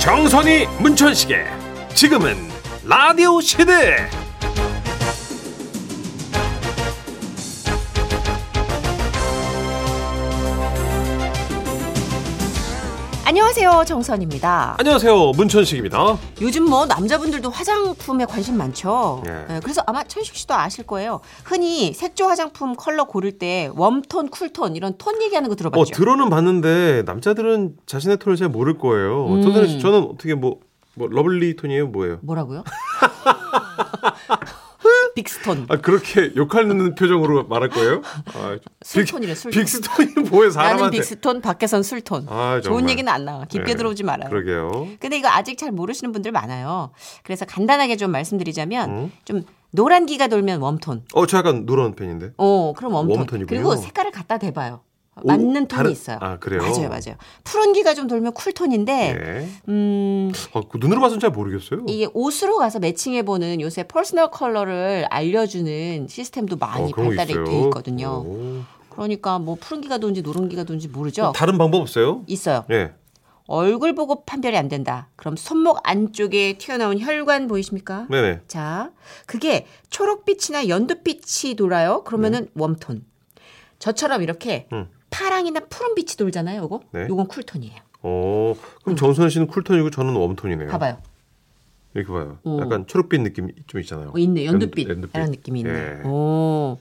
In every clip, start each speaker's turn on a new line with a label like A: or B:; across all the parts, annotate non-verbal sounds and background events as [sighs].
A: 정선이 문천식의 지금은 라디오 시대
B: 안녕하세요 정선입니다.
A: 아. 안녕하세요 문천식입니다 어,
B: 요즘 뭐 남자분들도 화장품에 관심 많죠.
A: 예.
B: 예, 그래서 아마 천식 씨도 아실 거예요. 흔히 색조 화장품 컬러 고를 때 웜톤, 쿨톤 이런 톤 얘기하는 거 들어봤죠.
A: 어 들어는 봤는데 남자들은 자신의 톤을 잘 모를 거예요 저는, 저는 어떻게 뭐, 뭐 러블리 톤이에요 뭐예요 [laughs]
B: 뭐라고요? 빅스톤.
A: 아 그렇게 욕하는 표정으로 말할 거예요 아,
B: 술톤이래, 술톤.
A: 빅스톤이 뭐예요
B: 나는
A: 사람한테
B: 빅스톤, 밖에선 술톤.
A: 아, 정말.
B: 좋은 얘기는 안 나와. 깊게
A: 예,
B: 들어오지 말아요.
A: 그러게요
B: 근데 이거 아직 잘 모르시는 분들 많아요. 그래서 간단하게 좀 말씀드리자면
A: 음.
B: 좀 노란 기가 돌면 웜톤.
A: 어저 약간 누런 편인데
B: 어, 그럼 웜톤.
A: 웜톤이군요.
B: 그리고 색깔을 갖다 대봐요.
A: 오,
B: 맞는 톤이
A: 다른-
B: 있어요.
A: 아, 그래요?
B: 맞아요, 맞아요. 푸른 기가 좀 돌면 쿨톤인데,
A: 예.
B: 음,
A: 아, 그 눈으로 봐서는 잘 모르겠어요
B: 이게 옷으로 가서 매칭해보는 요새 퍼스널 컬러를 알려주는 시스템도 많이
A: 어, 그런 거
B: 발달이
A: 있어요.
B: 돼 있거든요.
A: 오.
B: 그러니까 뭐 푸른 기가 돈지 노른 기가 돈지 모르죠.
A: 다른 방법 없어요
B: 있어요.
A: 예
B: 얼굴 보고 판별이 안 된다. 그럼 손목 안쪽에 튀어나온 혈관 보이십니까?
A: 네네
B: 자, 그게 초록빛이나 연두빛이 돌아요. 그러면은 웜톤. 저처럼
A: 네.
B: 이렇게
A: 음.
B: 파랑이나 푸른빛이 돌잖아요. 요거.
A: 네.
B: 요건 쿨톤이에요.
A: 어, 그럼 정선 씨는 쿨톤이고 저는 웜톤이네요.
B: 봐봐요.
A: 이렇게 봐요.
B: 오.
A: 약간 초록빛 느낌이 좀 있잖아요.
B: 어, 있네. 연두빛.
A: 연두-
B: 이런 느낌이 있네.
A: 예.
B: 오.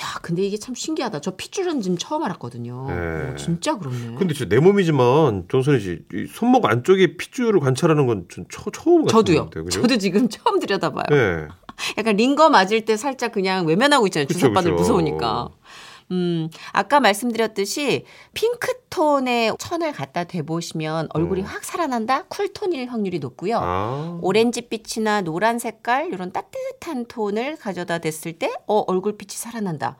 B: 야, 근데 이게 참 신기하다. 저 핏줄은 지금 처음 알았거든요.
A: 예.
B: 오, 진짜 그렇네.
A: 근데 진짜 내 몸이지만 정선이 씨이 손목 안쪽에 핏줄을 관찰하는 건전 처음 같은
B: 저도요. 어.
A: 건데, 그죠?
B: 저도 지금 [laughs] 처음 들여다봐요.
A: 예.
B: 약간 링거 맞을 때 살짝 그냥 외면하고 있잖아요.
A: 그쵸,
B: 주사바늘
A: 그쵸.
B: 무서우니까. 음, 아까 말씀드렸듯이 핑크톤에 천을 갖다 대보시면 얼굴이
A: 음.
B: 확 살아난다? 쿨톤일 확률이 높고요.
A: 아.
B: 오렌지빛이나 노란 색깔 이런 따뜻한 톤을 가져다 댔을 때 어, 얼굴빛이 살아난다.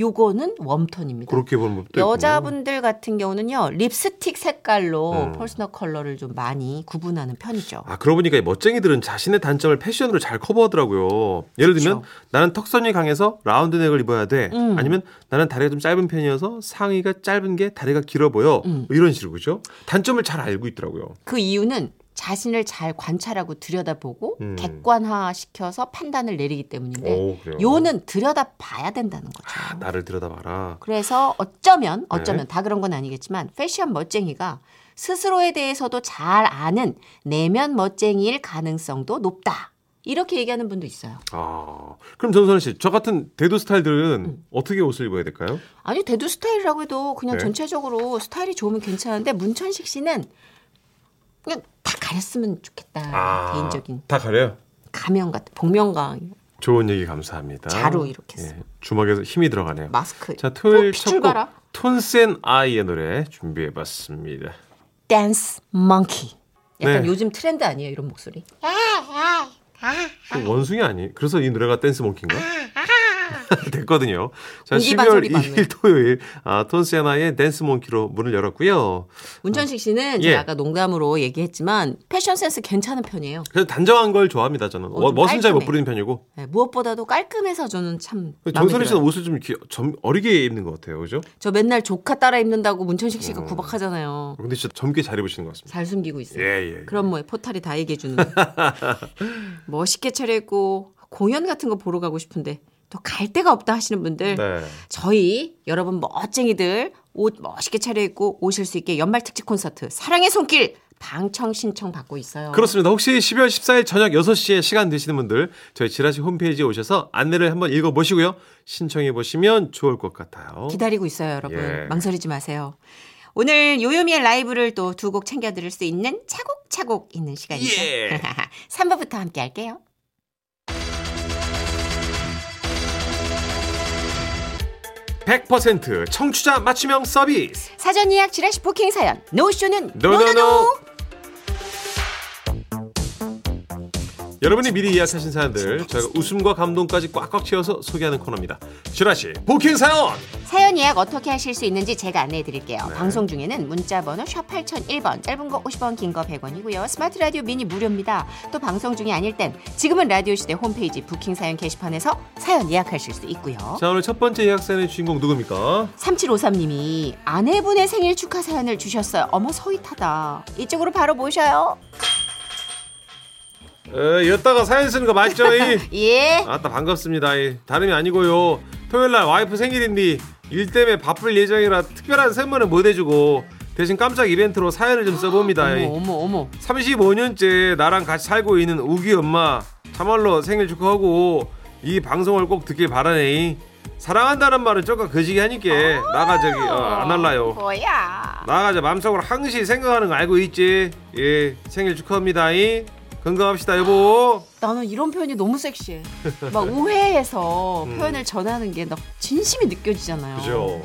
B: 요거는 웜톤입니다.
A: 그렇게 보는 법도 있군요.
B: 여자분들 같은 경우는요. 립스틱 색깔로
A: 음.
B: 퍼스널 컬러를 좀 많이 구분하는 편이죠.
A: 아, 그러고 보니까 이 멋쟁이들은 자신의 단점을 패션으로 잘 커버하더라고요. 예를 들면 나는 턱선이 강해서 라운드 넥을 입어야 돼.
B: 음.
A: 아니면 나는 다리가 좀 짧은 편이어서 상의가 짧은 게 다리가 길어 보여.
B: 음.
A: 뭐 이런 식으로 그죠? 단점을 잘 알고 있더라고요.
B: 그 이유는 자신을 잘 관찰하고 들여다보고
A: 음.
B: 객관화시켜서 판단을 내리기 때문인데
A: 오, 그래요.
B: 네. 요는 들여다봐야 된다는 거죠.
A: 아, 나를 들여다봐라.
B: 그래서 어쩌면 어쩌면
A: 네.
B: 다 그런 건 아니겠지만 패션 멋쟁이가 스스로에 대해서도 잘 아는 내면 멋쟁이일 가능성도 높다. 이렇게 얘기하는 분도 있어요.
A: 아, 그럼 전선아 씨, 저 같은 대도 스타일들은
B: 음.
A: 어떻게 옷을 입어야 될까요?
B: 아니 대두 스타일이라고 해도 그냥
A: 네.
B: 전체적으로 스타일이 좋으면 괜찮은데 문천식 씨는 그냥 다 가렸으면 좋겠다. 아, 개인적인
A: 아, 다 가려요.
B: 가면 같은 복면가
A: 좋은 얘기 감사합니다. 예,
B: 자로 이렇게 쓰고.
A: 주먹에서 힘이 들어가네요.
B: 마스크.
A: 자, 토요일
B: 어, 핏줄
A: 첫곡
B: 봐라.
A: 톤센 아이의 노래 준비해봤습니다.
B: 댄스 멍키. 약간
A: 네.
B: 요즘 트렌드 아니에요 이런 목소리.
A: 그 원숭이 아니? 그래서 이 노래가 댄스
B: [laughs]
A: 몽키인가? 됐거든요. 자,
B: 공기반
A: 12월
B: 소리반
A: 2일 토요일 아, 톤센 아이의 댄스 몽키로 문을 열었고요.
B: 문천식 씨는
A: 예.
B: 제가 아까 농담으로 얘기했지만 패션 센스 괜찮은 편이에요.
A: 그래서 단정한 걸 좋아합니다. 저는
B: 어, 좀
A: 멋은 잘 못
B: 깔끔해.
A: 부리는 편이고
B: 네, 무엇보다도 깔끔해서 저는 참.
A: 정선희
B: 마음에
A: 씨는
B: 들어요.
A: 그 옷을 좀 이렇게 점, 어리게 입는 것 같아요, 그죠?
B: 저 맨날 조카 따라 입는다고 문천식
A: 음.
B: 씨가 구박하잖아요.
A: 근데 진짜 젊게 잘 입으시는 것 같습니다.
B: 잘 숨기고 있어요.
A: 예, 예.
B: 그럼 뭐 포탈이 다 얘기해
A: [laughs]
B: 주는 거. 멋있게 차려입고 공연 같은 거 보러 가고 싶은데 또 갈 데가 없다 하시는 분들
A: 네.
B: 저희 여러분 멋쟁이들 옷 멋있게 차려입고 오실 수 있게 연말 특집 콘서트 사랑의 손길 방청 신청 받고 있어요.
A: 그렇습니다. 혹시 12월 14일 저녁 6시에 시간 되시는 분들 저희 지라시 홈페이지에 오셔서 안내를 한번 읽어 보시고요. 신청해 보시면 좋을 것 같아요.
B: 기다리고 있어요, 여러분.
A: 예.
B: 망설이지 마세요. 오늘 요요미의 라이브를 또 두 곡 챙겨 들을 수 있는 차곡차곡 있는 시간이죠. [laughs]
A: 예.
B: 3부부터 함께 할게요.
A: 100% 청취자 맞춤형 서비스.
B: 사전 예약 지라시 부킹 사연. 노쇼는
A: 노노노.
B: 노노노.
A: 여러분이 미리 예약하신 사연들 저희가 웃음과 감동까지 꽉꽉 채워서 소개하는 코너입니다. 지라시 복행 사연.
B: 사연 예약 어떻게 하실 수 있는지 제가 안내해 드릴게요.
A: 네.
B: 방송 중에는 문자 번호 샵 8001번, 짧은 거 50원, 긴 거 100원이고요. 스마트 라디오 미니 무료입니다. 또 방송 중이 아닐 땐 지금은 라디오 시대 홈페이지 부킹 사연 게시판에서 사연 예약하실 수 있고요.
A: 자, 오늘 첫 번째 예약 사연의 주인공 누굽니까?
B: 3753님이 아내분의 생일 축하 사연을 주셨어요. 어머 서윗하다. 이쪽으로 바로 모셔요.
A: 에, 여따가 사연 쓰는 거 맞죠? 이?
B: 예.
A: 아따 반갑습니다. 이. 다름이 아니고요. 토요일 날 와이프 생일인데 일 때문에 바쁠 예정이라 특별한 선물은 못 해주고 대신 깜짝 이벤트로 사연을 좀 써봅니다. 이.
B: 어머 어머 어머.
A: 35년째 나랑 같이 살고 있는 우기 엄마 참말로 생일 축하하고 이 방송을 꼭 듣길 바라네. 사랑한다는 말은 조금 거지게 하니까 나가 저기 어, 안 할라요.
B: 뭐야?
A: 나가자 마음속으로 항시 생각하는 거 알고 있지. 예 생일 축하합니다. 이. 건강합시다 여보.
B: 나는 이런 표현이 너무 섹시해.
A: [laughs]
B: 막 우회해서
A: 음.
B: 표현을 전하는 게 나 진심이 느껴지잖아요.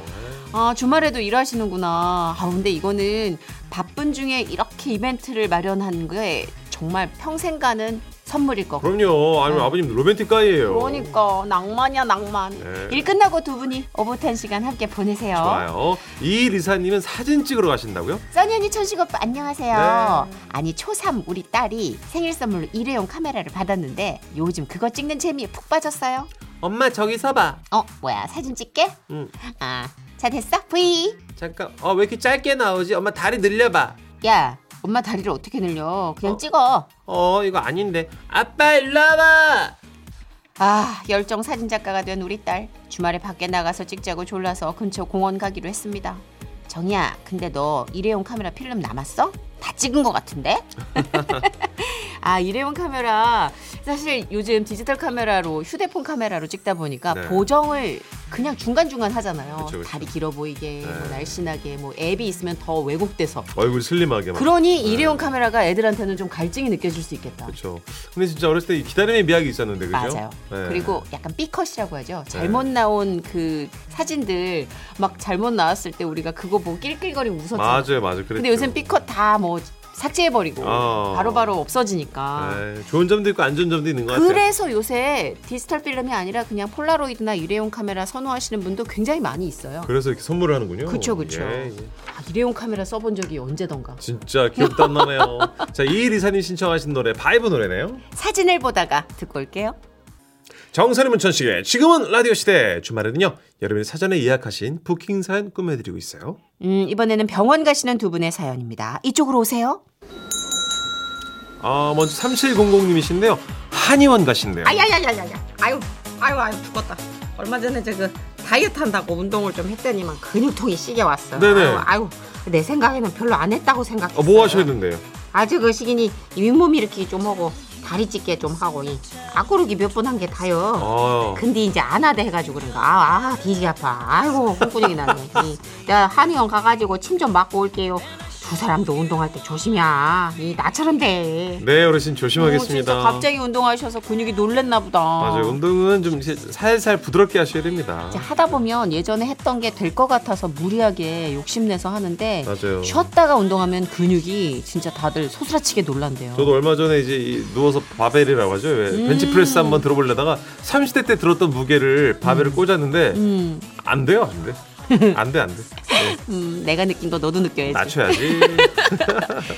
B: 아 주말에도 일하시는구나. 아 근데 이거는 바쁜 중에 이렇게 이벤트를 마련한 게 정말 평생 가는 선물일 것 같아요.
A: 그럼요. 아니면 아버님 로맨틱 가이예요.
B: 어. 그러니까 낭만이야 낭만.
A: 그렇죠. 네.
B: 일 끝나고 두 분이 오붓한 시간 함께 보내세요.
A: 좋아요. 이 리사님은 사진 찍으러 가신다고요?
B: 써니 언니 천식 오빠 안녕하세요.
A: 네.
B: 아니 초3 우리 딸이 생일 선물로 일회용 카메라를 받았는데 요즘 그거 찍는 재미에 푹 빠졌어요.
A: 엄마 저기 서봐.
B: 어 뭐야 사진 찍게?
A: 응.
B: 아 자 됐어? 브이.
A: 잠깐. 어 왜 이렇게 짧게 나오지? 엄마 다리 늘려봐.
B: 야 엄마 다리를 어떻게 늘려? 그냥
A: 어?
B: 찍어.
A: 어 이거 아닌데. 아빠 일로 와봐.
B: 아 열정 사진 작가가 된 우리 딸 주말에 밖에 나가서 찍자고 졸라서 근처 공원 가기로 했습니다. 정이야 근데 너 일회용 카메라 필름 남았어? 다 찍은 것
A: [laughs]
B: 같은데? 아 일회용 카메라 사실 요즘 디지털 카메라로 휴대폰 카메라로 찍다 보니까
A: 네.
B: 보정을 그냥 중간 중간 하잖아요.
A: 그쵸, 그쵸.
B: 다리 길어 보이게 뭐
A: 네.
B: 날씬하게 뭐 앱이 있으면 더 왜곡돼서
A: 얼굴 슬림하게 막.
B: 그러니 일회용 카메라가 애들한테는 좀 갈증이 느껴질 수 있겠다.
A: 그렇죠. 근데 진짜 어렸을 때 이 기다림의 미학이 있었는데 그죠?
B: 맞아요.
A: 네.
B: 그리고 약간 B컷이라고 하죠. 잘못 나온 그 사진들 막 잘못 나왔을 때 우리가 그거 보고 낄낄거리고 웃었잖아요.
A: 맞아요, 그렇죠. 맞아요. 그랬죠.
B: 근데 요새 B컷 다 뭐 삭제해버리고
A: 아.
B: 바로바로 없어지니까.
A: 네, 좋은 점도 있고 안 좋은 점도 있는 것 같아요.
B: 아. 그래서 요새 디지털 필름이 아니라 그냥 폴라로이드나 일회용 카메라 선호하시는 분도 굉장히 많이 있어요.
A: 그래서 이렇게 선물을 하는군요.
B: 그쵸, 그쵸.
A: 예, 예.
B: 아, 일회용 카메라 써본 적이 언제던가.
A: 진짜 귀엽단
B: [laughs]
A: 나네요. 자, 이리사님 신청하신 노래 바이브 노래네요.
B: 사진을 보다가 듣고 올게요.
A: 정선이 문천식의 지금은 라디오 시대 주말에는요 여러분이 사전에 예약하신 부킹 사연 꾸며드리고 있어요.
B: 음, 이번에는 병원 가시는 두 분의 사연입니다. 이쪽으로 오세요.
A: 아 먼저 3700님이신데요 한의원 가신대요.
C: 아야야야야야 아유 아유 아유 죽었다 얼마 전에 저그 다이어트 한다고 운동을 좀 했더니만 근육통이 시게 왔어
A: 네네.
C: 아유, 아유 내 생각에는 별로 안 했다고 생각했어
A: 어, 뭐 하셨는데요?
C: 아주 그 시기니 이 윗몸 일으키기 좀 하고 다리 찢게 좀 하고 이 아구르기 몇 번 한 게 다요
A: 아
C: 근데 이제 안 하다 해가지고 그런가 아, 아 뒤지 아파 아이고 홍구녕이 나네 이, 내가 한의원 가가지고 침 좀 맞고 올게요 두 사람도 운동할 때 조심이야 이 나처럼 돼
A: 네 어르신
B: 오, 진짜
A: 조심하겠습니다.
B: 갑자기 어. 운동하셔서 근육이 놀랬나 보다.
A: 맞아요 운동은 좀 이제 살살 부드럽게 하셔야 됩니다.
B: 이제 하다 보면 예전에 했던 게 될 것 같아서 무리하게 욕심내서 하는데
A: 맞아요.
B: 쉬었다가 운동하면 근육이 진짜 다들 소스라치게 놀란대요.
A: 저도 얼마 전에 이제 이 누워서 바벨이라고 하죠. 왜
B: 음.
A: 벤치프레스 한번 들어보려다가 30대 때 들었던 무게를 바벨을 꽂았는데
B: 음,
A: 안 돼요, 안 돼. 안 돼, 안 돼.
B: [laughs]
A: 네,
B: 음, 내가 느낀 거 너도 느껴야지.
A: 낮춰야지.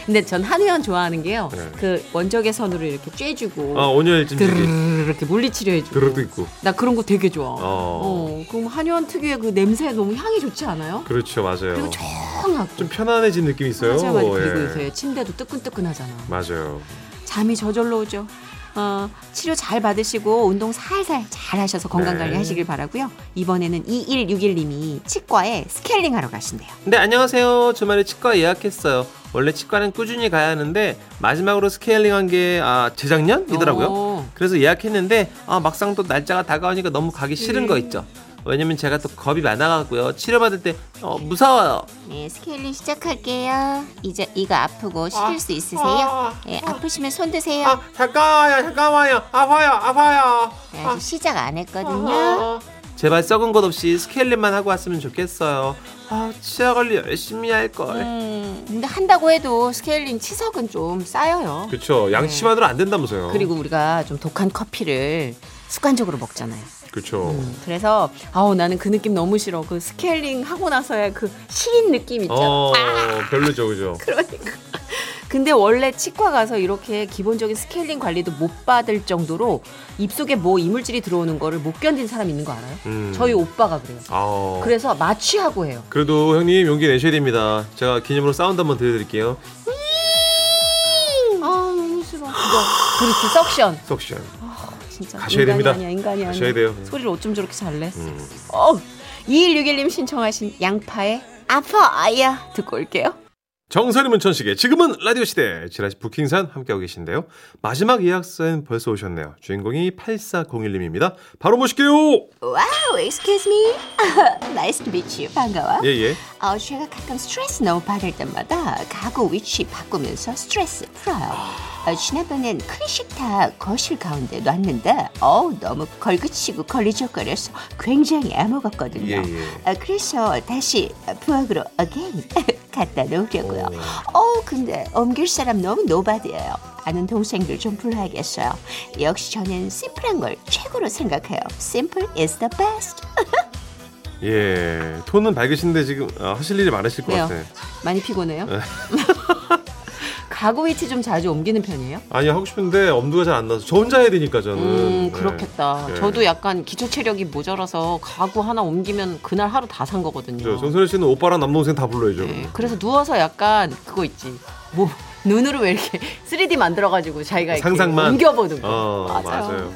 B: 근데 전 한의원 좋아하는 게요.
A: 네.
B: 그 원적의 선으로 이렇게 쬐주고
A: 아, 온열 찜질이
B: 드르르 이렇게 물리치료해주고.
A: 그릇도 있고.
B: 나 그런 거 되게 좋아.
A: 어.
B: 어, 그럼 한의원 특유의 그 냄새 너무 향이 좋지 않아요?
A: 그렇죠, 맞아요.
B: 그리고 조용하고.
A: 좀 편안해진 느낌이 있어요.
B: 맞아요, 맞아요.
A: 예.
B: 그리고 요새 침대도 뜨끈뜨끈하잖아.
A: 맞아요.
B: 잠이 저절로 오죠. 어, 치료 잘 받으시고 운동 살살 잘 하셔서 건강
A: 네.
B: 관리 하시길 바라고요. 이번에는 2161님이 치과에 스케일링 하러 가신대요.
A: 네, 안녕하세요. 주말에 치과 예약했어요. 원래 치과는 꾸준히 가야 하는데 마지막으로 스케일링 한 게 아, 재작년이더라고요.
B: 오.
A: 그래서 예약했는데 아, 막상 또 날짜가 다가오니까 너무 가기 싫은
B: 음.
A: 거 있죠. 왜냐면 제가 또 겁이 많아갖고요. 치료받을 때 어, 무서워요.
B: 네, 스케일링 시작할게요. 이제 이거 아프고 시킬 수 있으세요? 예, 아프시면 손 드세요.
A: 아, 잠깐만요, 잠깐만요. 아파요, 아파요.
B: 네, 아직 아. 시작 안 했거든요.
A: 네. 제발 썩은 것 없이 스케일링만 하고 왔으면 좋겠어요. 아, 치아 관리 열심히 할 걸.
B: 음, 근데 한다고 해도 스케일링 치석은 좀 쌓여요.
A: 그렇죠. 양치만으로 안 된다면서요.
B: 그리고 우리가 좀 독한 커피를 습관적으로 먹잖아요.
A: 그렇죠.
B: 그래서 아우 나는 그 느낌 너무 싫어. 그 스케일링 하고 나서야 그 시린 느낌 있잖아.
A: 어, 별로죠, 그죠.
B: [laughs] 그러니까. 근데 원래 치과 가서 이렇게 기본적인 스케일링 관리도 못 받을 정도로 입속에 뭐 이물질이 들어오는 거를 못 견딘 사람 있는 거 알아요?
A: 음.
B: 저희 오빠가 그래요.
A: 아. 그래.
B: 그래서 마취하고 해요.
A: 도 형님 용기 내셔야 됩니다. 제가 기념으로 사운드 한번 들려드릴게요.
B: 아 너무 싫어. 이거.
D: 그렇지 석션.
A: 석션.
D: 진짜
A: 가셔야
D: 인간이
A: 됩니다.
D: 아니야 인간이 아니야.
A: 가셔야 돼요.
D: 소리를 어쩜 저렇게 잘 내?
A: 음.
D: 어. 2161님 신청하신 양파의 아파야 듣고 올게요.
A: 정선이 문천식의 지금은 라디오 시대 지라시 부킹산 함께하고 계신데요. 마지막 예약사는 벌써 오셨네요. 주인공이 8401님입니다. 바로 모실게요.
D: 와우, excuse me. [laughs] nice to meet you. 반가워.
A: 예예.
D: 어, 제가 가끔 스트레스 너무 받을 때마다 가구 위치 바꾸면서 스트레스 풀어요. 어, 지난번엔 큰 식탁 거실 가운데 놨는데 어우 너무 걸그치고 걸리적거려서 굉장히 애먹었거든요.
A: 예예.
D: 어, 그래서 다시 부엌으로 again [laughs] 갖다 놓으려고요. 어 근데 옮길 사람 너무 노바드예요. 아는 동생들 좀 불러야겠어요. 역시 저는 심플한 걸 최고로 생각해요. Simple is the best.
A: 예. 톤은 밝으신데 지금 아, 하실 일이 많으실 것
D: 왜요?
A: 같아요.
D: 많이 피곤해요?
A: 네.
B: [laughs]
D: 가구 위치 좀 자주 옮기는 편이에요?
A: 아니 하고 싶은데 엄두가 잘 안 나서 저 혼자 해야 되니까 저는.
B: 음,
A: 네.
B: 그렇겠다.
A: 네.
B: 저도 약간 기초 체력이 모자라서 가구 하나 옮기면 그날 하루 다 산 거거든요.
A: 저 정선이 씨는 오빠랑 남동생 다 불러야죠.
B: 네, 그래서 누워서 약간 그거 있지. 뭐 눈으로 왜 이렇게 [laughs] 3D 만들어가지고 자기가 이렇게
A: 상상만.
B: 옮겨보는 거.
A: 어 맞아요.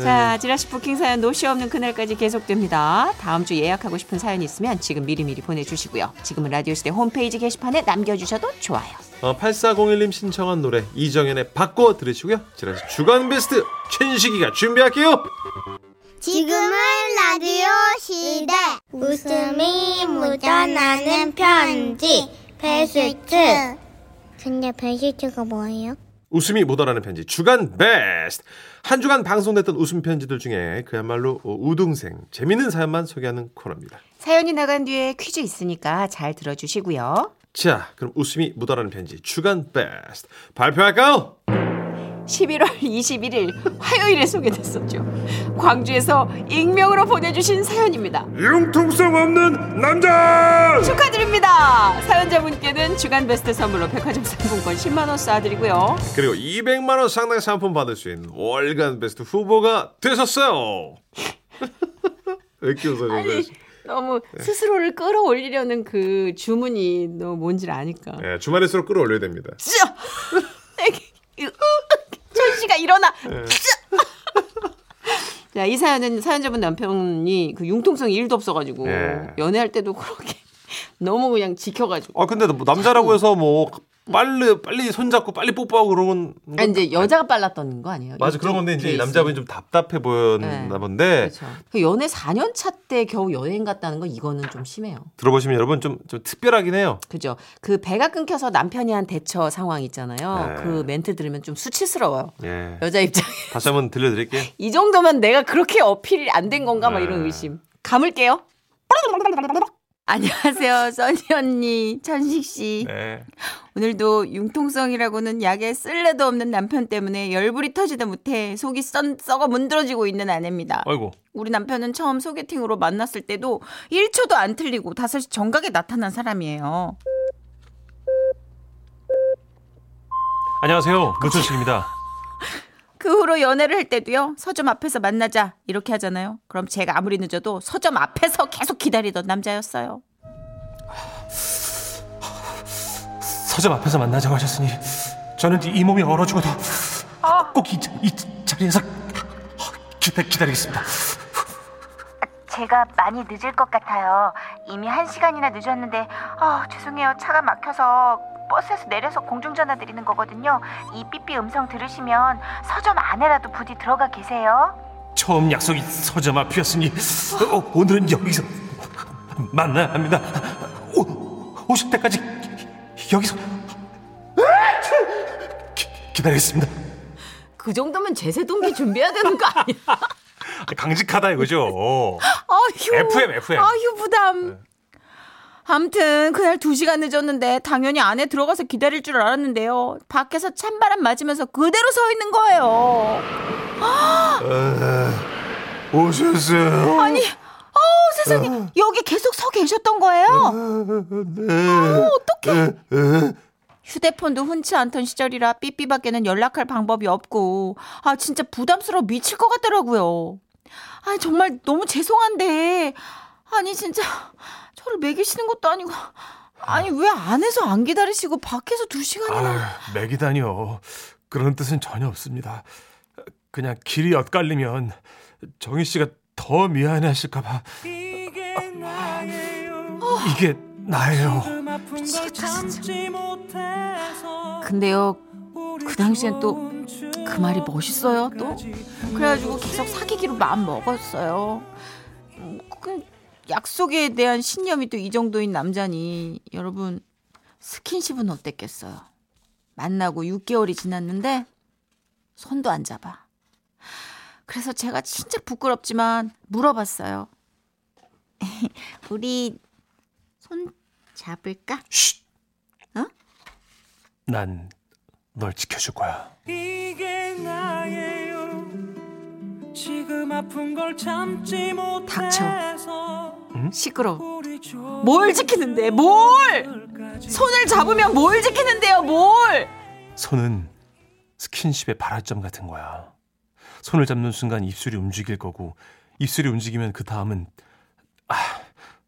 B: 자, 지라시 부킹 사연 노시 없는 그날까지 계속됩니다.
D: 다음 주 예약하고 싶은 사연 이 있으면 지금 미리미리 보내주시고요. 지금은 라디오시대 홈페이지 게시판에 남겨주셔도 좋아요.
A: 어, 8401님 신청한 노래 이정현의 바꿔 들으시고요. 지난 주간 베스트 천식이가 준비할게요.
E: 지금은 라디오 시대. 웃음이 묻어나는 편지. 베스트. 근데 베스트가 뭐예요?
A: 웃음이 묻어나는 편지 주간 베스트 한 주간 방송됐던 웃음 편지들 중에 그야말로 어, 우등생 재밌는 사연만 소개하는 코너입니다.
D: 사연이 나간 뒤에 퀴즈 있으니까 잘 들어주시고요.
A: 자 그럼 웃음이 묻어나는 편지 주간 베스트 발표할까요?
D: 11월 21일 화요일에 소개됐었죠. 광주에서 익명으로 보내주신 사연입니다.
A: 융통성 없는 남자
D: 축하드립니다. 사연자분께는 주간 베스트 선물로 백화점 상품권 10만 원 쏴드리고요.
A: 그리고 200만 원 상당의 상품 받을 수 있는 월간 베스트 후보가 되셨어요. [laughs] 왜 이렇게 웃어주세요?
B: 너무 스스로를 끌어올리려는 그 주문이 너 뭔지 아니까.
A: 예, 주말에 수록 끌어올려야 됩니다.
B: [laughs] 천 씨가 일어나.
A: 네.
B: [laughs] 자, 이 사연은 사연자분 남편이 그 융통성이 1도 없어가지고
A: 예.
B: 연애할 때도 그렇게 [laughs] 너무 그냥 지켜가지고.
A: 아 근데 뭐 남자라고 해서 뭐 빨리 빨리 손잡고 빨리 뽀뽀하고 그러면
B: 아, 이제 여자가 빨랐던 거 아니에요?
A: 음, 맞아 그런 건데 이제 남자분이 좀 답답해 보였나
B: 네.
A: 본데
B: 그렇죠. 그 연애 4년 차 때 겨우 여행 갔다는 건 이거는 좀 심해요.
A: 들어보시면 여러분 좀, 좀 특별하긴 해요.
B: 그죠. 그 배가 끊겨서 남편이 한 대처 상황 있잖아요.
A: 네.
B: 그 멘트 들으면 좀 수치스러워요.
A: 예.
B: 여자 입장에.
A: 다시 한번
B: [laughs]
A: 들려드릴게요.
B: 이 정도면 내가 그렇게 어필이 안 된 건가 막 이런
A: 네.
B: 의심. 감을게요. 안녕하세요, 써니 언니, 천식 씨.
A: 네.
B: 오늘도 융통성이라고는 약에 쓸래도 없는 남편 때문에 열불이 터지다 못해 속이 썬 썩어 문드러지고 있는 아내입니다.
A: 아이고.
B: 우리 남편은 처음 소개팅으로 만났을 때도 1초도 안 틀리고 5시 정각에 나타난 사람이에요.
A: 안녕하세요. 문천식입니다.
B: 그 후로 연애를 할 때도요. 서점 앞에서 만나자 이렇게 하잖아요. 그럼 제가 아무리 늦어도 서점 앞에서 계속 기다리던 남자였어요.
F: 서점 앞에서 만나자고 하셨으니 저는 이 몸이 얼어 죽어도 꼭 이 자리에서 기다, 기다리겠습니다.
G: 제가 많이 늦을 것 같아요. 이미 한 시간이나 늦었는데 아 죄송해요 차가 막혀서 버스에서 내려서 공중전화 드리는 거거든요. 이 삐삐 음성 들으시면 서점 안에라도 부디 들어가 계세요.
F: 처음 약속이 서점 앞이었으니 어, 오늘은 여기서 만나야 합니다. 오, 오실 때까지 여기서 기, 기다리겠습니다.
B: 그 정도면 제세동기 준비해야 되는 거 아니야?
F: 강직하다 이거죠.
B: [laughs] 아휴.
F: FM, FM. 네.
B: 아휴 부담. 아무튼 그날 2시간 늦었는데 당연히 안에 들어가서 기다릴 줄 알았는데요. 밖에서 찬바람 맞으면서 그대로 서 있는 거예요.
F: 오셨어요.
B: 아니, 어우 세상에 여기 계속 서 계셨던 거예요? 어우 어떡해. 휴대폰도 흔치 않던 시절이라 삐삐밖에는 연락할 방법이 없고 아 진짜 부담스러워 미칠 것 같더라고요. 아 정말 너무 죄송한데 아니 진짜 저를 매기시는 것도 아니고 아니 왜 안에서 안 기다리시고 밖에서 두 시간이나
F: 아유, 맥이 다녀. 그런 뜻은 전혀 없습니다. 그냥 길이 엇갈리면 정희 씨가 더 미안해하실까봐 이게 나예요.
B: 아,
H: 아.
B: 근데요 그 당시엔 또 그 말이 멋있어요 또 그래가지고 계속 사귀기로 마음 먹었어요 음, 그 약속에 대한 신념이 또 이 정도인 남자니 여러분 스킨십은 어땠겠어요 만나고 6개월이 지났는데 손도 안 잡아 그래서 제가 진짜 부끄럽지만 물어봤어요 [laughs] 우리 손 잡을까?
F: 난 널 지켜줄 거야.
H: 이게 나예요 지금 아픈 걸 참지
B: 닥쳐.
H: 못해서
B: 시끄러워
H: 우리
B: 뭘 지키는데 뭘
H: 좋을까지
B: 손을 잡으면 뭘 지키는데요 뭘
F: 손은 스킨십의 발화점 같은 거야. 손을 잡는 순간 입술이 움직일 거고 입술이 움직이면 그 다음은 아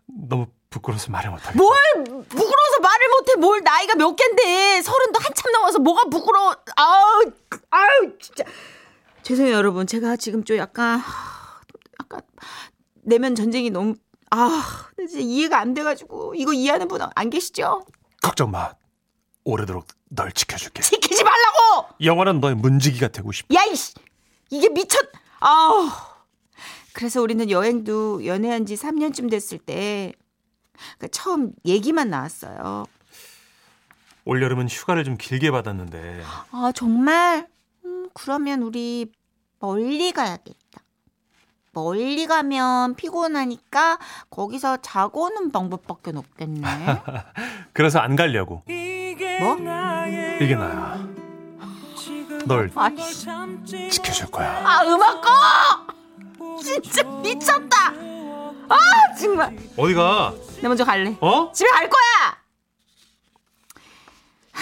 F: 너무 부끄러워서 말을 못하겠다.
B: 뭘 부끄러워서 말을 못해 뭘 나이가 몇 갠데 서른도 한참 넘어서 뭐가 부끄러워 아우 그- 아우 진짜 죄송해요 여러분 제가 지금 좀 약간 하, 약간 내면 전쟁이 너무 아 근데 진짜 이해가 안 돼가지고 이거 이해하는 분 안 계시죠?
F: 걱정 마. 오래도록 널 지켜줄게.
B: 지키지 말라고
F: 영원한 너의 문지기가 되고 싶어.
B: 야이씨 이게 미쳤 아우 그래서 우리는 여행도 연애한 지 3년쯤 됐을 때 그러니까 처음 얘기만 나왔어요
F: 올 여름은 휴가를 좀 길게 받았는데
B: 아, 정말? 음, 그러면 우리 멀리 가야겠다. 멀리 가면 피곤하니까 거기서 자고 오는 방법밖에
F: [laughs]
B: 없겠네.
F: 그래서 안 가려고.
H: 이게
B: 뭐?
H: 나예요
F: 이게 나야.
H: 지금
F: 널
H: 아픈 걸 참지
F: 지켜줄 거야.
B: 아, 음악 꺼! 진짜 미쳤다! 아, 정말.
F: 어디가?
B: 나 먼저 갈래.
F: 어?
B: 집에 갈 거야! [sighs] 하,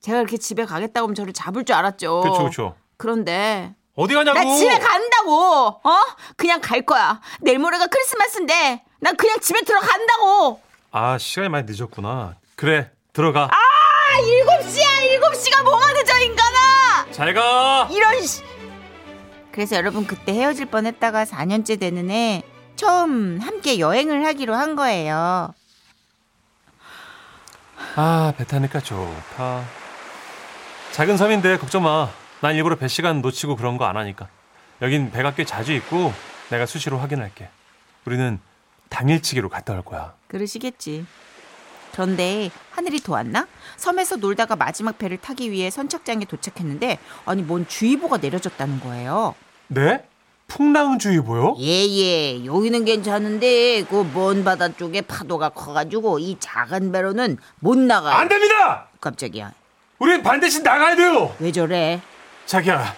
B: 제가 이렇게 집에 가겠다고 하면 저를 잡을 줄 알았죠.
F: 그렇죠, 그렇죠.
B: 그런데
F: 어디 가냐고?
B: 나 집에 간다고. 어? 그냥 갈 거야. 내일 모레가 크리스마스인데 난 그냥 집에 들어간다고.
F: 아 시간이 많이 늦었구나. 그래 들어가.
B: 아, 일곱 시야. 일곱 시가 뭐가 늦어 인간아.
F: 잘 가.
B: 이런 씨. 그래서 여러분 그때 헤어질 뻔했다가 4년째 되는 애 처음 함께 여행을 하기로 한 거예요.
F: 아, 배 타니까 좋다. 작은 섬인데 걱정 마. 난 일부러 배 시간 놓치고 그런 거 안 하니까. 여긴 배가 꽤 자주 있고 내가 수시로 확인할게. 우리는 당일치기로 갔다 올 거야.
B: 그러시겠지. 그런데 하늘이 도왔나? 섬에서 놀다가 마지막 배를 타기 위해 선착장에 도착했는데 아니 뭔 주의보가 내려졌다는 거예요.
F: 네? 풍랑주의보요?
I: 예예 여기는 괜찮은데 그 먼 바다 쪽에 파도가 커가지고 이 작은 배로는 못 나가.
F: 안 됩니다!
I: 깜짝이야.
F: 우린 반드시 나가야 돼요!
I: 왜 저래?
F: 자기야,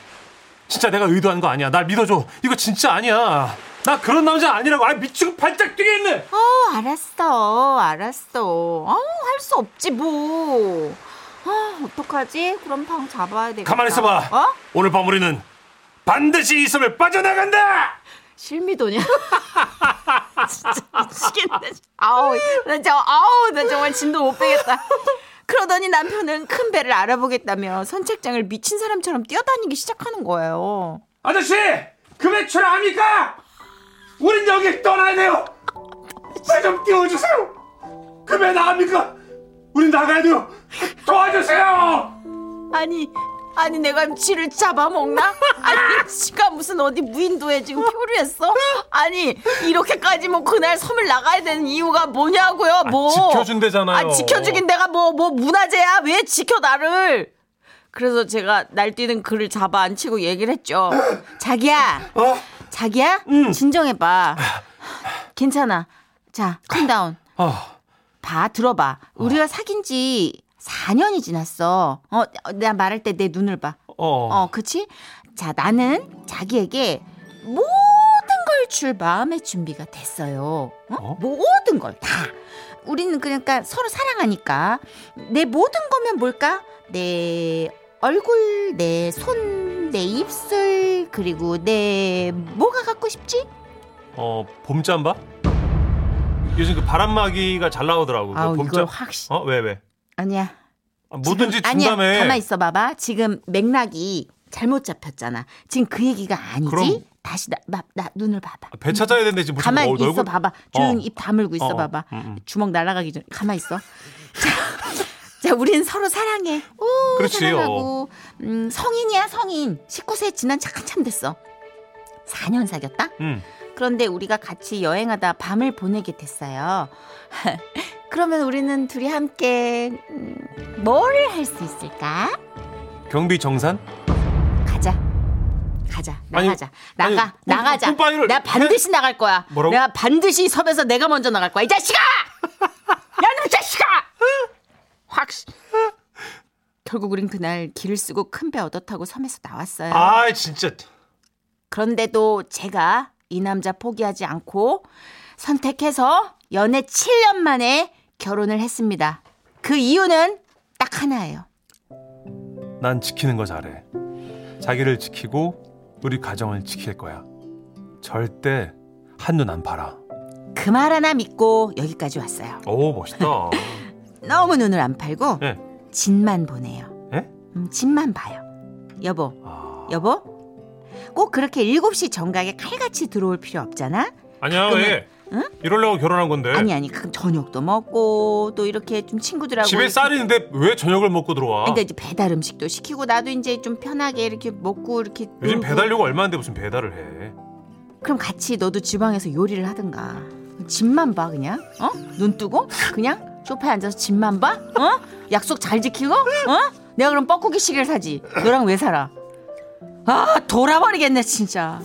F: 진짜 내가 의도한 거 아니야. 날 믿어줘. 이거 진짜 아니야. 나 그런 남자 아니라고. 아, 미치고 반짝 뛰겠네!
B: 어, 알았어, 알았어. 어, 할 수 없지 뭐. 아, 어떡하지? 그럼 방 잡아야 되겠다.
F: 가만히 있어봐.
B: 어?
F: 오늘 밤 우리는 반드시 이 섬을 빠져나간다!
B: 실미도냐? [laughs] 진짜 미치겠네. 아우, 나 저, 아우, 나 정말 진도 못 빼겠다. 그러더니 남편은 큰 배를 알아보겠다며 선착장을 미친 사람처럼 뛰어다니기 시작하는 거예요.
F: 아저씨! 금액 출항합니까? 우린 여기 떠나야 돼요! 배 좀 띄워주세요! 금액 나갑니까? 우린 나가야 돼요! 도와주세요!
B: 아니, 아니 내가 쥐를 잡아먹나? 아니 쥐가 무슨 어디 무인도에 지금 표류했어? 아니 이렇게까지 뭐 그날 섬을 나가야 되는 이유가 뭐냐고요? 뭐
F: 아, 지켜준대잖아요.
B: 아 지켜주긴 내가 뭐 뭐 문화재야? 왜 지켜 나를? 그래서 제가 날뛰는 그를 잡아 앉히고 얘기를 했죠. 자기야, 자기야, 진정해봐. 괜찮아. 자, 컴다운.
F: 아,
B: 봐, 들어봐. 우리가 사귄 지 4년이 지났어. 어, 어, 내가 말할 때 내 눈을 봐.
F: 어.
B: 어, 그치? 자, 나는 자기에게 모든 걸 줄 마음의 준비가 됐어요. 어?
F: 어?
B: 모든 걸 다. 우리는 그러니까 서로 사랑하니까. 내 모든 거면 뭘까? 내 얼굴, 내 손, 내 입술, 그리고 내 뭐가 갖고 싶지?
F: 어, 봄잠바? 요즘 그 바람막이가 잘 나오더라고. 그
B: 아우,
F: 봄잠...
B: 이걸 확. 시-
F: 어, 왜, 왜?
B: 아니야.
F: 아, 뭐든지
B: 지금- 아니야,
F: 준다며.
B: 가만 있어 봐봐. 지금 맥락이 잘못 잡혔잖아. 지금 그 얘기가 아니지.
F: 그럼-
B: 다시 나, 나, 나 눈을 봐봐.
F: 배 찾아야 되는데 지금 무슨
B: 가만
F: 어,
B: 있어
F: 넓은-
B: 봐봐. 조용히
F: 어.
B: 입 다물고 있어
F: 어, 어.
B: 봐봐.
F: 음, 음.
B: 주먹 날아가기 전에 가만 있어. [laughs] 자, 자, 우린 서로 사랑해. 오,
F: 그렇지, 어.
B: 사랑하고 음, 성인이야 성인. 19세 지난 지 한참 됐어. 4년 사귀었다?
F: 음.
B: 그런데 우리가 같이 여행하다 밤을 보내게 됐어요. [laughs] 그러면 우리는 둘이 함께 음, 뭐를 할 수 있을까?
F: 경비 정산?
B: 가자. 가자.
F: 아니,
B: 나가자. 나가.
F: 아니, 그, 꿈-
B: 나가자.
F: 꿈바위를
B: 나 반드시 나갈 거야.
F: 뭐라고?
B: 내가 반드시 섭에서 내가 먼저 나갈 거야. 이 자식아! 야, 너 자식아! 확. 결국 우린 그날 길을 쓰고 큰 배 얻어 타고 섬에서 나왔어요.
F: 아 진짜.
B: 그런데도 제가 이 남자 포기하지 않고 선택해서 연애 7년 만에 결혼을 했습니다. 그 이유는 딱 하나예요.
F: 난 지키는 거 잘해. 자기를 지키고 우리 가정을 지킬 거야. 절대 한눈 안 팔아.
B: 그 말 하나 믿고 여기까지 왔어요.
F: 오 멋있다.
B: 너무 눈을 안 팔고
F: 예.
B: 진만 보내요.
F: 예?
B: 음, 진만 봐요. 여보,
F: 아.
B: 여보. 꼭 그렇게 7시 정각에 칼같이 들어올 필요 없잖아.
F: 아니야
B: 가끔은-
F: 왜? 이러려고 결혼한 건데.
B: 아니 아니. 그럼 저녁도 먹고 또 이렇게 좀 친구들하고
F: 집에
B: 이렇게-
F: 쌀이 있는데 왜 저녁을 먹고 들어와?
B: 그러니까 이제 배달 음식도 시키고 나도 이제 좀 편하게 이렇게 먹고 이렇게
F: 요즘
B: 놀고.
F: 배달료가 얼마인데 무슨 배달을 해?
B: 그럼 같이 너도 주방에서 요리를 하든가 집만 봐 그냥 어? 눈 뜨고 그냥 소파에 앉아서 집만 봐 어? 약속 잘 지키고 어? 내가 그럼 뻐꾸기 시계를 사지 너랑 왜 살아 아 돌아버리겠네 진짜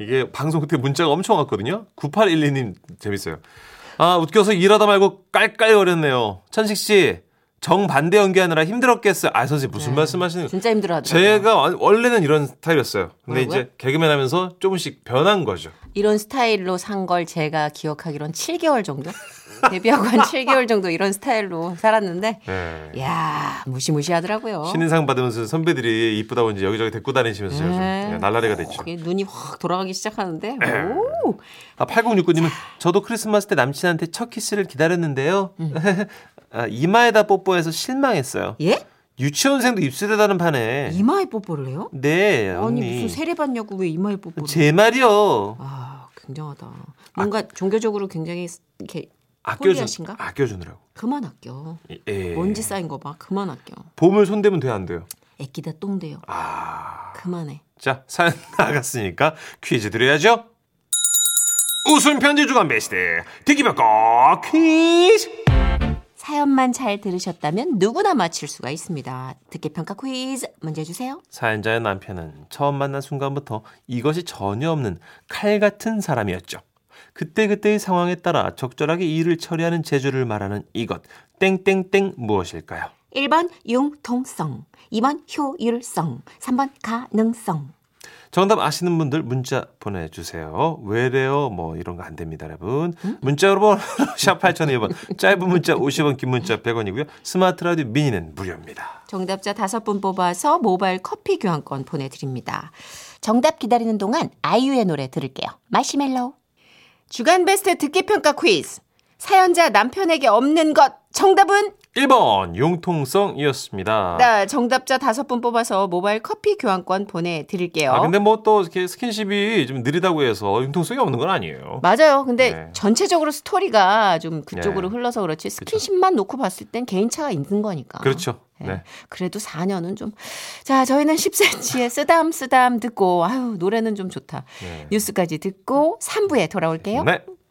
A: 이게 방송 그때 문자가 엄청 왔거든요. 9812님 재밌어요. 아 웃겨서 일하다 말고 깔깔거렸네요. 천식 씨 정반대 연기하느라 힘들었겠어요. 아 선생님
B: 네.
A: 무슨 말씀하시는 거예요?
B: 진짜 힘들어하더라고요
A: 제가 원- 원래는 이런 스타일이었어요. 근데
B: 뭐라고요?
A: 이제 개그맨 하면서 조금씩 변한 거죠.
J: 이런 스타일로 산 걸 제가 기억하기론 7개월 정도? 데뷔하고 한 7개월 정도 이런 스타일로 살았는데
A: 예.
J: 야 무시무시하더라고요.
A: 신인상 받으면서 선배들이 이쁘다고 이제 여기저기 데리고 다니시면서 제가 좀
J: 네.
A: 예, 날라리가 됐죠.
J: 이게 눈이 확 돌아가기 시작하는데 오
A: 아, 8069님은 저도 크리스마스 때 남친한테 첫 키스를 기다렸는데요. [laughs] 아, 이마에다 뽀뽀해서 실망했어요.
J: 음. 예?
A: 유치원생도 입술에다는 판에.
J: 이마에 뽀뽀를 해요?
A: 네,
J: 아니
A: 언니.
J: 무슨 세례받냐고 왜 이마에 뽀뽀를
A: 제 말이요.
J: 아 굉장하다. 뭔가 종교적으로 굉장히 이렇게
A: 아껴주,
J: 홀리하신가?
A: 아껴주느라고.
J: 그만 아껴.
A: 예.
J: 먼지 쌓인 거 봐. 그만 아껴.
A: 봄을 손대면 돼, 안 돼요?
J: 애끼다 똥돼요.
A: 아.
J: 그만해.
A: 자, 사연 [laughs] 나갔으니까 퀴즈 드려야죠. 웃음 편지 주간 베스트. 디기바꿔 퀴즈.
J: 사연만 잘 들으셨다면 누구나 맞힐 수가 있습니다. 듣기 평가 퀴즈 문제 주세요.
A: 사연자의 남편은 처음 만난 순간부터 이것이 전혀 없는 칼 같은 사람이었죠. 그때그때의 상황에 따라 적절하게 일을 처리하는 재주를 말하는 이것 땡땡땡 무엇일까요?
J: 1번 융통성, 2번 효율성, 3번 가능성.
A: 정답 아시는 분들 문자 보내주세요. 왜래요? 뭐 이런 거 안 됩니다, 여러분. 문자로 번호 [laughs] 샵 8001번. 짧은 문자 50원, 긴 문자 100원이고요. 스마트 라디오 미니는 무료입니다.
J: 정답자 5분 뽑아서 모바일 커피 교환권 보내드립니다. 정답 기다리는 동안 아이유의 노래 들을게요. 마시멜로우.
B: 주간 베스트 듣기 평가 퀴즈 사연자 남편에게 없는 것 정답은
A: 1번 융통성이었습니다.
B: 나 정답자 다섯 분 뽑아서 모바일 커피 교환권 보내드릴게요
A: 아 근데 뭐 또 이렇게 스킨십이 좀 느리다고 해서 융통성이 없는 건 아니에요.
B: 맞아요. 근데
A: 네.
B: 전체적으로 스토리가 좀 그쪽으로
A: 네.
B: 흘러서 그렇지 스킨십만 놓고 봤을 땐 개인차가 있는 거니까.
A: 그렇죠. 네.
B: 그래도 4년은 좀. 자, 저희는 10cm의 쓰담쓰담 쓰담 듣고 아유 노래는 좀 좋다. 뉴스까지 듣고 3부에 돌아올게요.
A: 네.